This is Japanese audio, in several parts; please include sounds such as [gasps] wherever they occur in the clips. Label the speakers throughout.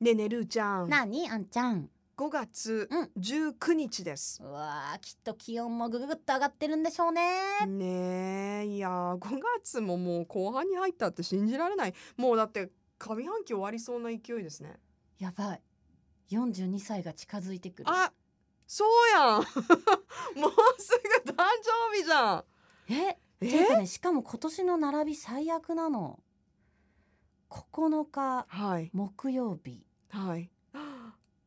Speaker 1: ねえねえるーちゃん
Speaker 2: なにあんちゃん
Speaker 1: 5月
Speaker 2: うん
Speaker 1: 19日です
Speaker 2: う、わーきっと気温もぐぐぐっと上がってるんでしょうね
Speaker 1: ねえいやー5月ももう後半に入ったって信じられないもうだって上半期終わりそうな勢いですね
Speaker 2: やばい42歳が近づいてくる
Speaker 1: あそうやん [laughs] もうすぐ誕生日じゃん
Speaker 2: え
Speaker 1: え
Speaker 2: ていうかねしかも今年の並び最悪なの9日
Speaker 1: はい
Speaker 2: 木曜日
Speaker 1: はい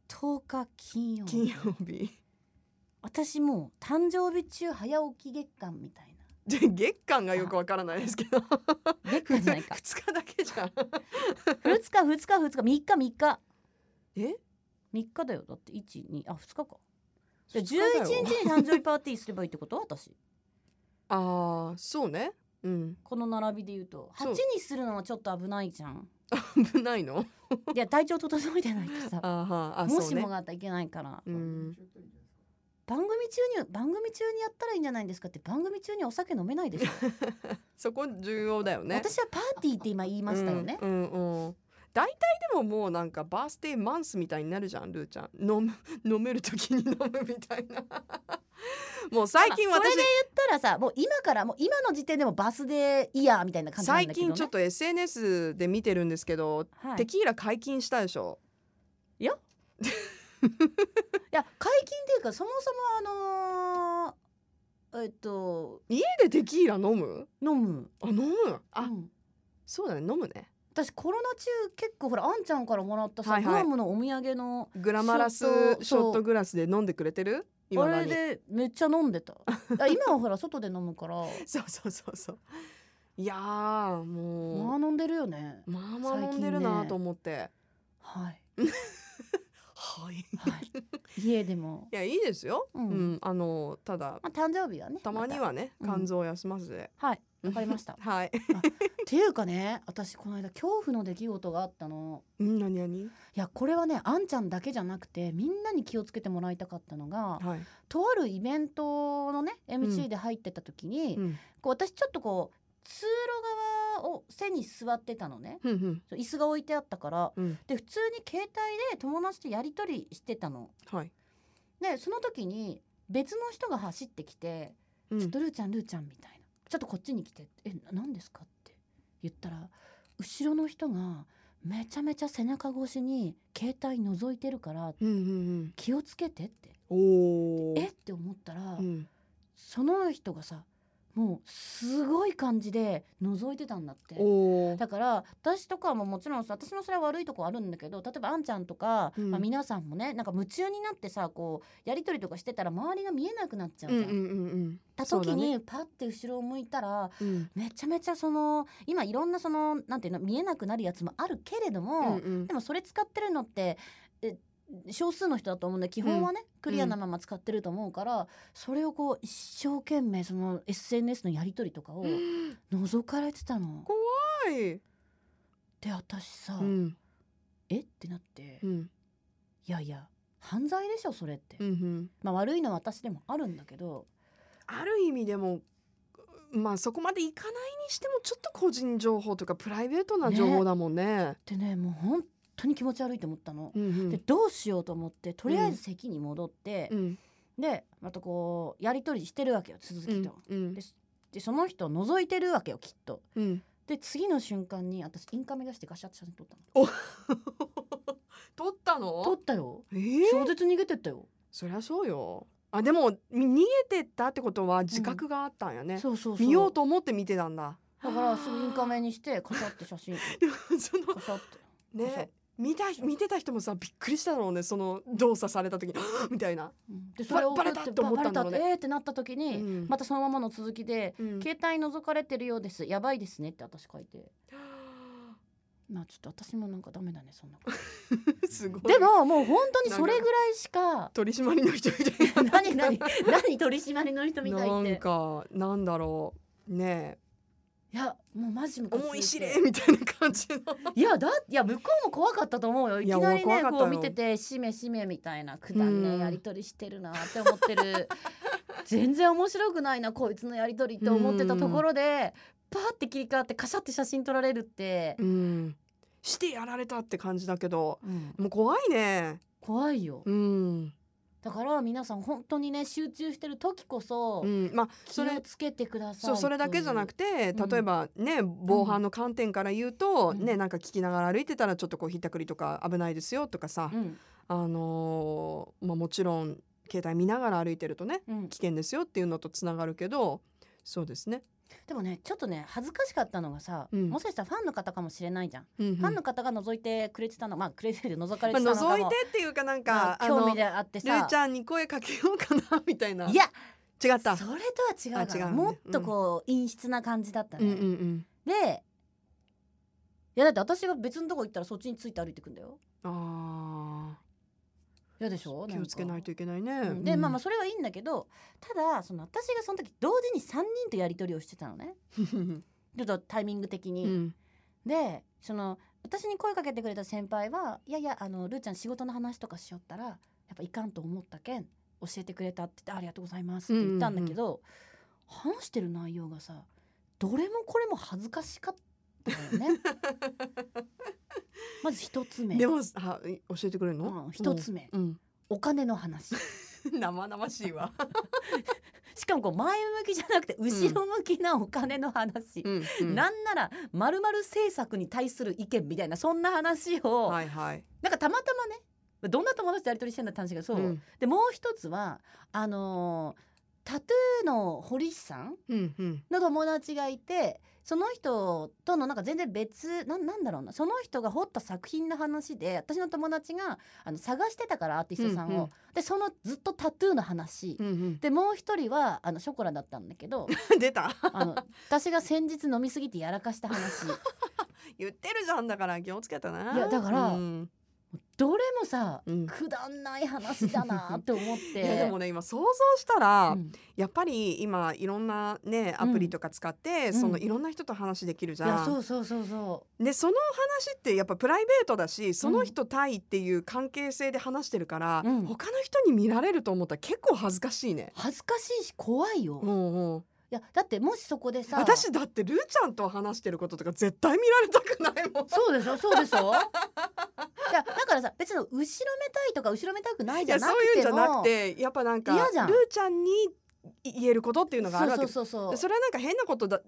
Speaker 2: 10日金曜日
Speaker 1: 金曜日
Speaker 2: 私もう誕生日中早起き月間みたい
Speaker 1: で月間がよくわからないですけど
Speaker 2: な月
Speaker 1: 2
Speaker 2: 間じゃないか
Speaker 1: 日だけじ
Speaker 2: [laughs]
Speaker 1: ゃん
Speaker 2: 2日2日2日3日3日
Speaker 1: え
Speaker 2: 3日だよだって12あ2日かじゃあ
Speaker 1: 二日だよ
Speaker 2: 11日に誕生日パーティーすればいいってこと私
Speaker 1: ああそうねうん
Speaker 2: この並びで言うと
Speaker 1: そう
Speaker 2: 8にするのはちょっと危ないじゃん
Speaker 1: 危ない
Speaker 2: [laughs]
Speaker 1: の
Speaker 2: いや体調整えてないとさ
Speaker 1: [laughs] あーはーあ
Speaker 2: も
Speaker 1: そう
Speaker 2: し
Speaker 1: ね
Speaker 2: もがあったらいけないから、
Speaker 1: うん
Speaker 2: 番組中に番組中にやったらいいんじゃないんですかって番組中にお酒飲めないでしょ、
Speaker 1: そこ重要だよ [laughs] ね
Speaker 2: 私はパーティーって今言いましたよね、
Speaker 1: うんうんうん大体でももうなんかバースデーマンスみたいになるじゃんルーちゃん飲む [laughs] 飲める時に飲むみたいな [laughs] もう最近
Speaker 2: まあ
Speaker 1: 私
Speaker 2: それで言ったらさもう今からもう今の時点でもバースデーイヤーみたいな感じなん
Speaker 1: 最
Speaker 2: だけど、ね、
Speaker 1: 近ちょっと SNS で見てるんですけど、
Speaker 2: はい、
Speaker 1: テ
Speaker 2: い
Speaker 1: キーラ解禁したでしょ
Speaker 2: や解禁っていうかそもそもあのーえっと
Speaker 1: 家でテキーラ飲む
Speaker 2: 飲む
Speaker 1: あ飲むあ、
Speaker 2: うん
Speaker 1: そうだね飲むね
Speaker 2: 私コロナ中結構ほらあんちゃんからもらったさ、
Speaker 1: はいはい
Speaker 2: グアムのお土産の
Speaker 1: グラマラスシ
Speaker 2: ショ
Speaker 1: ョ
Speaker 2: ット
Speaker 1: ットグラスで飲んでくれてる今
Speaker 2: あ
Speaker 1: だ
Speaker 2: れ
Speaker 1: に
Speaker 2: でめっちゃ飲んでたあ今はほら外で飲むから
Speaker 1: そうそうそうそういやー
Speaker 2: まあ
Speaker 1: も
Speaker 2: 飲んでるよね
Speaker 1: うまあまあ飲んでる
Speaker 2: 最近
Speaker 1: な
Speaker 2: ね
Speaker 1: と思って、
Speaker 2: はい、
Speaker 1: はい [laughs] い
Speaker 2: はい、家でも、
Speaker 1: やいいですよ
Speaker 2: うん
Speaker 1: うん、あのただ
Speaker 2: まあ、誕生日はね
Speaker 1: たまにはね、
Speaker 2: またうん
Speaker 1: 肝臓を休ませて、
Speaker 2: またはいわかりました
Speaker 1: [laughs] はい。
Speaker 2: っていうかね私この間恐怖の出来事があったの
Speaker 1: うん、何何？
Speaker 2: いやこれはねあんちゃんだけじゃなくてみんなに気をつけてもらいたかったのが
Speaker 1: はい。
Speaker 2: とあるイベントのね
Speaker 1: う
Speaker 2: MC
Speaker 1: ん
Speaker 2: で入ってた時に、
Speaker 1: うん、
Speaker 2: こう私ちょっとこう通路側を背に座ってたのね
Speaker 1: うん、うん、
Speaker 2: そう椅子が置いてあったから
Speaker 1: うん、
Speaker 2: で普通に携帯で友達とやり取りしてたの。
Speaker 1: はい。
Speaker 2: でその時に別の人が走ってきて
Speaker 1: う
Speaker 2: 「ちょ
Speaker 1: ん
Speaker 2: っとルーちゃんルーちゃん」みたいな「ちょっとこっちに来て」って「えな何ですか?」って言ったら後ろの人がめちゃめちゃ背中越しに携帯覗いてるから
Speaker 1: うん、うん、
Speaker 2: 気をつけてって
Speaker 1: うん。おお。
Speaker 2: えって思ったら、
Speaker 1: うん。
Speaker 2: その人がさもうすごい感じで覗いてたんだって。
Speaker 1: おお。
Speaker 2: だから私とかももちろんさ私もそれは悪いとこあるんだけど例えばあんちゃんとか、
Speaker 1: うん
Speaker 2: まあ、皆さんもねなんか夢中になってさこうやり取りとかしてたら周りが見えなくなっちゃう
Speaker 1: うん、う
Speaker 2: じゃ
Speaker 1: ん、
Speaker 2: ん。
Speaker 1: うん、
Speaker 2: た
Speaker 1: そう
Speaker 2: 時
Speaker 1: だね
Speaker 2: にパッて後ろを向いたら
Speaker 1: うん。うん、
Speaker 2: めちゃめちゃその今いろんなそのなんていうの見えなくなるやつもあるけれど
Speaker 1: うん、
Speaker 2: も、
Speaker 1: うん
Speaker 2: で。もそれ使ってるのってえ少数の人だと思うんで基本はね、クリアなまま使ってると思うからそれをこう一生懸命その SNS のやり取りとかを
Speaker 1: うん
Speaker 2: 覗かれてたの。
Speaker 1: はい。
Speaker 2: で私さ、
Speaker 1: うん、
Speaker 2: えってなって、
Speaker 1: う
Speaker 2: い
Speaker 1: ん、
Speaker 2: やいや犯罪でしょそれって、
Speaker 1: うん、うん。
Speaker 2: まあ悪いのは私でもあるんだけど
Speaker 1: ある意味でも。まあそこまでいかないにしてもちょっと個人情報とかプライベートな情報だもんね。
Speaker 2: でねもう本当に気持ち悪いと思ったの、
Speaker 1: うんうん
Speaker 2: でどうしようと思ってとりあえず席に戻って、
Speaker 1: うん
Speaker 2: でまたこうやり取りしてるわけよ続
Speaker 1: う
Speaker 2: き
Speaker 1: ん
Speaker 2: と、
Speaker 1: うん
Speaker 2: ででその人を覗いてるわけよきっと
Speaker 1: うん。
Speaker 2: で次の瞬間に私インカメ出してガシャって写真撮ったの
Speaker 1: 取ったの？
Speaker 2: 撮ったよ
Speaker 1: ええ
Speaker 2: 超絶逃げてったよ、
Speaker 1: そりゃそうよあでもみ逃げてったってことは自覚があったんやね、
Speaker 2: そうそうそう
Speaker 1: 見ようと思って見てたんだ
Speaker 2: だからすぐインカメ
Speaker 1: で
Speaker 2: にしてガシャって
Speaker 1: [laughs]
Speaker 2: 写真
Speaker 1: もその
Speaker 2: ガシャって
Speaker 1: ね見た見てた人もさびっくりしただろうねその動作された時に [gasps] みたいな、
Speaker 2: でそれを
Speaker 1: バレ
Speaker 2: 送
Speaker 1: バレたって思ったんだろうね
Speaker 2: バレたってえーってなった時
Speaker 1: う
Speaker 2: に、
Speaker 1: ん
Speaker 2: またそのままの続きで
Speaker 1: うん
Speaker 2: 「携帯覗かれてるようですやばいですね」って私書いてまあちょっと私もなんかダメだねそんなこ
Speaker 1: [laughs]
Speaker 2: と
Speaker 1: すごい
Speaker 2: [laughs] でももう本当にそれぐらいしか
Speaker 1: 取り締まりの人みたいな
Speaker 2: 何何何取り締まりの人みたいっ
Speaker 1: な
Speaker 2: て
Speaker 1: んかなんだろうね
Speaker 2: いやもうマジム
Speaker 1: え
Speaker 2: カついて
Speaker 1: 思い知れみたいな感じの
Speaker 2: いやだいや向こうも怖かったと思うよい
Speaker 1: い
Speaker 2: き
Speaker 1: や
Speaker 2: なり
Speaker 1: 怖
Speaker 2: ね
Speaker 1: かったよ
Speaker 2: こう見てて「しめしめ」みたいなくだんね
Speaker 1: うん
Speaker 2: やり取りしてるなって思って
Speaker 1: [laughs]
Speaker 2: る全然面白くないなこいつのやり取りって思ってたところでパーって切り替わってカシャって写真撮られるって
Speaker 1: うん [laughs] してやられたって感じだけど
Speaker 2: うん
Speaker 1: もう怖いね
Speaker 2: 怖いよ
Speaker 1: うん、
Speaker 2: だから皆さん本当にね集中してる時こそ、
Speaker 1: うん、まあ
Speaker 2: 気
Speaker 1: それ
Speaker 2: をつけてください
Speaker 1: そうそれだけじゃなくて
Speaker 2: てうん
Speaker 1: 例えばね、防犯の観点から言うと、
Speaker 2: うん
Speaker 1: ねなんか聞きながら歩いてたらちょっとこうひったくりとか危ないですよとかさ、
Speaker 2: うん
Speaker 1: あのーまあ、もちろん携帯見ながら歩いてるとね
Speaker 2: うん
Speaker 1: 危険ですよっていうのとつながるけどそうですね。
Speaker 2: でもねちょっとね恥ずかしかったのがさ、
Speaker 1: うん
Speaker 2: もしかしたらファンの方かもしれないじゃん、
Speaker 1: うんうん
Speaker 2: ファンの方が覗いてくれてたのまあくれてる覗かれ
Speaker 1: まあ、
Speaker 2: てたのかも、
Speaker 1: 覗いてっていうかなんか、
Speaker 2: まあ
Speaker 1: あ
Speaker 2: 興
Speaker 1: の
Speaker 2: 味
Speaker 1: ル
Speaker 2: であってさ
Speaker 1: ーちゃんに声かけようかなみたいない
Speaker 2: や
Speaker 1: 違っ
Speaker 2: そ
Speaker 1: た
Speaker 2: れとは違うから
Speaker 1: あ違うね
Speaker 2: もっとこう、陰湿な感じだった
Speaker 1: うん
Speaker 2: ね、
Speaker 1: うんうん
Speaker 2: でいやだって私が別のとこ行ったらそっちについて歩いてくんだよ
Speaker 1: あ
Speaker 2: 嫌でしょ
Speaker 1: ー気をつけないと
Speaker 2: い
Speaker 1: いけないね、
Speaker 2: で、
Speaker 1: うん
Speaker 2: まあまあそれはいいんだけどただその私がその時同時に3人とやり取りをしてたのねちょっとタイミング的に、 [laughs]
Speaker 1: うん
Speaker 2: でその私に声かけてくれた先輩は「いやいやあのルーちゃん仕事の話とかしよったらやっぱいかんと思ったけん教えてくれた」って言って「ありがとうございます」って言ったんだけど、話してる内容がさどれもこれも恥ずかしかったよ
Speaker 1: [laughs]
Speaker 2: ね。まず一つ目
Speaker 1: でもあ教えてくれるの
Speaker 2: うん一、つ目
Speaker 1: うん
Speaker 2: お金の話
Speaker 1: [laughs] 生々しいわ、
Speaker 2: しかもこう前向きじゃなくて後ろ向きなお金の話、
Speaker 1: [laughs]
Speaker 2: なんなら丸々政策に対する意見みたいなそんな話を、
Speaker 1: はいはい
Speaker 2: なんかたまたまねどんな友達とやり取りしてんだって話がそう、
Speaker 1: うん
Speaker 2: でもう一つはあのータトゥーの堀市さん
Speaker 1: うんうん
Speaker 2: の友達がいてその人とのなんか全然別なんなんだろうなその人が彫った作品の話で私の友達があの探してたからアーティストさんを、
Speaker 1: うんうん
Speaker 2: でそのずっとタトゥーの話、
Speaker 1: うん
Speaker 2: でもう一人はあのショコラだったんだけど
Speaker 1: うん [laughs] 出た
Speaker 2: あの私が先日飲みすぎてやらかした話も
Speaker 1: 言ってるじゃんだから気をつけたない
Speaker 2: いやだから
Speaker 1: うん
Speaker 2: うどれもさ、
Speaker 1: うん
Speaker 2: くだんない話だなって思って。
Speaker 1: [laughs] いやでもね今想像したら、
Speaker 2: うん
Speaker 1: やっぱり今いろんなねアプリとか使って、
Speaker 2: ん
Speaker 1: そうの
Speaker 2: ん
Speaker 1: いろんな人と話できるじ
Speaker 2: いや
Speaker 1: ゃん、
Speaker 2: そうそうそうそ
Speaker 1: でその話ってやっぱプライベートだしその人対っていう関係性で話してるから、
Speaker 2: うん
Speaker 1: 他の人に見られると思ったら結構恥ずかしいね
Speaker 2: う。恥ずかしいし怖いよ、
Speaker 1: う
Speaker 2: い
Speaker 1: んうん、
Speaker 2: やだってもしそこでさ
Speaker 1: 私だってルーちゃんと話してることとか絶対見られたくないもん。
Speaker 2: そうでしょそうでし
Speaker 1: [laughs]
Speaker 2: ょいやだからさ別に後ろめたいとか後ろめたくない
Speaker 1: い
Speaker 2: じゃ
Speaker 1: や
Speaker 2: なく
Speaker 1: そういうんじ
Speaker 2: て
Speaker 1: ゃな
Speaker 2: も
Speaker 1: くてやっぱなんかル
Speaker 2: 嫌じゃん
Speaker 1: ーちゃんに言えることっていうのがあるわけ
Speaker 2: そうそうそうそう
Speaker 1: でそれはなんか変なことだん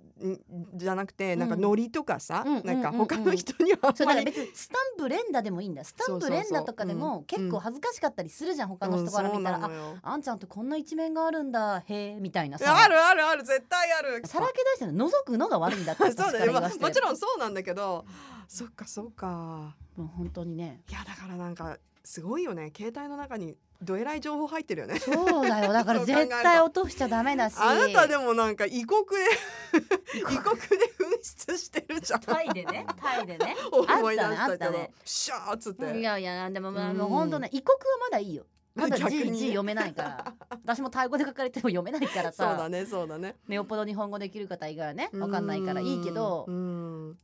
Speaker 1: じゃなくてなんか
Speaker 2: うん
Speaker 1: ノリとかさ、
Speaker 2: うん
Speaker 1: なんか
Speaker 2: うんうんうん
Speaker 1: 他の人にはあん
Speaker 2: そう
Speaker 1: ま
Speaker 2: だから
Speaker 1: り
Speaker 2: 別にスタンプ連打でもいいんだスタンプ連打とかで
Speaker 1: そうそう
Speaker 2: も結構恥ずかしかったりするじゃん他の
Speaker 1: うん
Speaker 2: 人から見たら、
Speaker 1: そうなのよ
Speaker 2: ああんちゃんってこんな一面があるんだへえみたいなさ
Speaker 1: あるあるある絶対ある
Speaker 2: さらけ出してる覗くのが悪いんだって私
Speaker 1: [laughs] そうだ
Speaker 2: から
Speaker 1: ね、
Speaker 2: 言
Speaker 1: ま
Speaker 2: わ
Speaker 1: あ
Speaker 2: せて
Speaker 1: もちろんそうなんだけどそっかそうか
Speaker 2: もう本当にね
Speaker 1: いやだからなんかすごいよね携帯の中にどえらい情報入ってるよね
Speaker 2: そ
Speaker 1: [laughs]
Speaker 2: うだよだから
Speaker 1: そう考える
Speaker 2: 絶
Speaker 1: と
Speaker 2: 対落としちゃダメだし
Speaker 1: あなたでもなんか異国で異
Speaker 2: 国
Speaker 1: 国で紛失してるじゃん
Speaker 2: タイでねタイでね
Speaker 1: 思い出し
Speaker 2: あ
Speaker 1: た
Speaker 2: っ
Speaker 1: け
Speaker 2: た
Speaker 1: ど、
Speaker 2: ね
Speaker 1: シャーっつって
Speaker 2: いやいやでもまあ
Speaker 1: うん
Speaker 2: もう本当ね異国はまだいいよま
Speaker 1: [laughs]
Speaker 2: だ
Speaker 1: 逆に
Speaker 2: 字字読めないから
Speaker 1: [laughs]
Speaker 2: 私もタイ語で書かれても読めないから
Speaker 1: そうだ
Speaker 2: さ
Speaker 1: ねそうだね
Speaker 2: ねよっぽど日本語できる方以外はねわかんないからいいけど
Speaker 1: うんうん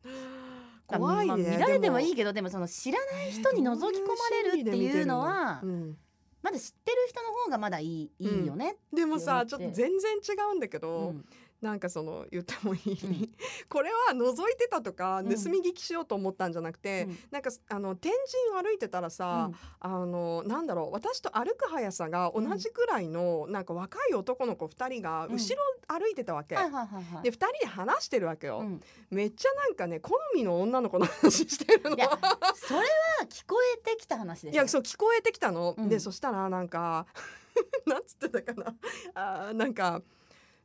Speaker 2: まあ
Speaker 1: 怖い
Speaker 2: まあ
Speaker 1: ね
Speaker 2: 見られてもい
Speaker 1: い
Speaker 2: いけどでもその知らない人に覗き込まれるっていうのは
Speaker 1: うん
Speaker 2: まだ知ってる人の方がまだいいいいよね
Speaker 1: でもさ
Speaker 2: って
Speaker 1: ちょっ
Speaker 2: 思
Speaker 1: と
Speaker 2: って
Speaker 1: 全然違うんだけ
Speaker 2: う
Speaker 1: ど、
Speaker 2: ん
Speaker 1: なんかその言ってもいい、
Speaker 2: うん
Speaker 1: これは覗いてたとか
Speaker 2: うん
Speaker 1: 盗み聞きしようと思ったんじゃなくて、
Speaker 2: うん
Speaker 1: なんかあの天神歩いてたらさ、あのなんだろう私と歩く速さが同じくらいの、なんか若い男の子2人が
Speaker 2: うん
Speaker 1: 後ろ歩いてたわけ。
Speaker 2: はいはいはいはい
Speaker 1: で2人で話してるわけよ、
Speaker 2: うん
Speaker 1: めっちゃなんかね好みの女の子の話してるの
Speaker 2: いやそれは聞こえてきた話で
Speaker 1: [laughs] い
Speaker 2: しょ
Speaker 1: やそう聞こえてきたの、
Speaker 2: うん
Speaker 1: でそしたらなんか [laughs] なんつってたかな [laughs] あーなんか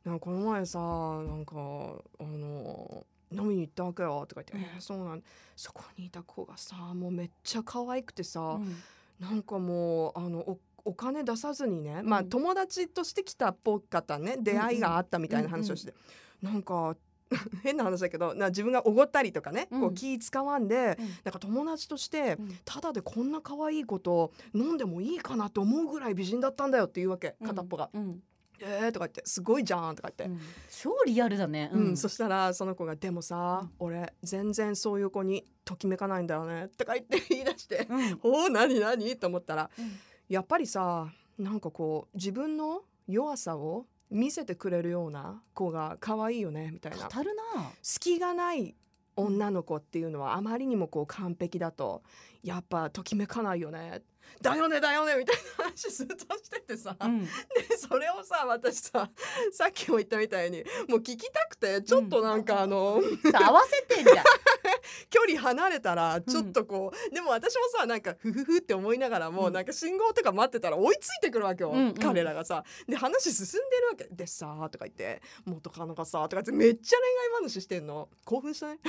Speaker 1: なんかこの前さなんかあの飲みに行ったわけよとか言って、
Speaker 2: うん
Speaker 1: えーそうなんそこにいた子がさもうめっちゃ可愛くてさ、
Speaker 2: うん
Speaker 1: なんかもうあのおお金出さずにね、まあ
Speaker 2: うん
Speaker 1: 友達として来たっぽかったね出会いがあったみたいな話をして、なんか [laughs] 変な話だけどな自分がおごったりとかね、こ
Speaker 2: う
Speaker 1: うん気使わんで、
Speaker 2: うん
Speaker 1: なんか友達として
Speaker 2: うん
Speaker 1: ただでこんな可愛いこと飲んでもいいかなと思うぐらい美人だったんだよって言うわけ片っぽが「
Speaker 2: うん
Speaker 1: えー」とか言って「すごいじゃん」とか言って。
Speaker 2: うん超リアルだね
Speaker 1: うんそしたらその子が「でもさ、俺全然そういう子にときめかないんだよね」とか言って言い出して
Speaker 2: うん
Speaker 1: 「おお何何?」と思ったら
Speaker 2: うん
Speaker 1: やっぱりさなんかこう自分の弱さを見せてくれるような子が可愛いよねみたいな
Speaker 2: 語るな
Speaker 1: 隙がない女の子っていうのはあまりにもこう完璧だとやっぱときめかないよねだよねだよねみたいな話ずっとしててさ、
Speaker 2: うん
Speaker 1: でそれをさ私ささっきも言ったみたいにもう聞きたくてちょっとなんかあの、
Speaker 2: さ合わせてんじゃん
Speaker 1: 距離離れたらちょっとこう、でも私もさなんかフフフって思いながらも、
Speaker 2: うん
Speaker 1: なんか信号とか待ってたら追いついてくるわけよ、
Speaker 2: うんうん
Speaker 1: 彼らがさで話進んでるわけでさーとか言って元カノがさーとか言ってめっちゃ恋愛話してんの興奮し
Speaker 2: [laughs]
Speaker 1: ない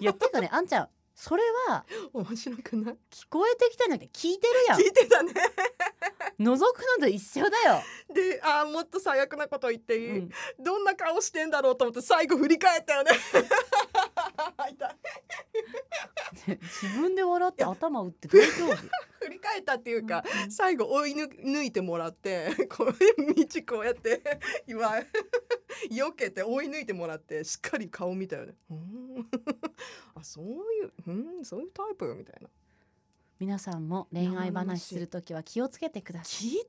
Speaker 2: いやてかねあんちゃんそれは
Speaker 1: 面白くない
Speaker 2: 聞こえてきたんだけど聞いてるやん
Speaker 1: 聞いてたね
Speaker 2: 覗くのと一緒だよ、
Speaker 1: であーもっと最悪なこと言っていい、
Speaker 2: うん
Speaker 1: どんな顔してんだろうと思って最後振り返ったよね [laughs] 痛い
Speaker 2: 自分で笑って頭打って大丈夫
Speaker 1: 振り返ったっていうか、
Speaker 2: うん
Speaker 1: 最後追い抜 [laughs] 抜いてもらってこう [laughs] 道こうやって [laughs] 今避けて追い抜いてもらってしっかり顔見たよね。うーん [laughs] あそういううんそういうタイプみたいな。
Speaker 2: 皆さんも恋愛話するときは気をつけてください
Speaker 1: 聞いてるよ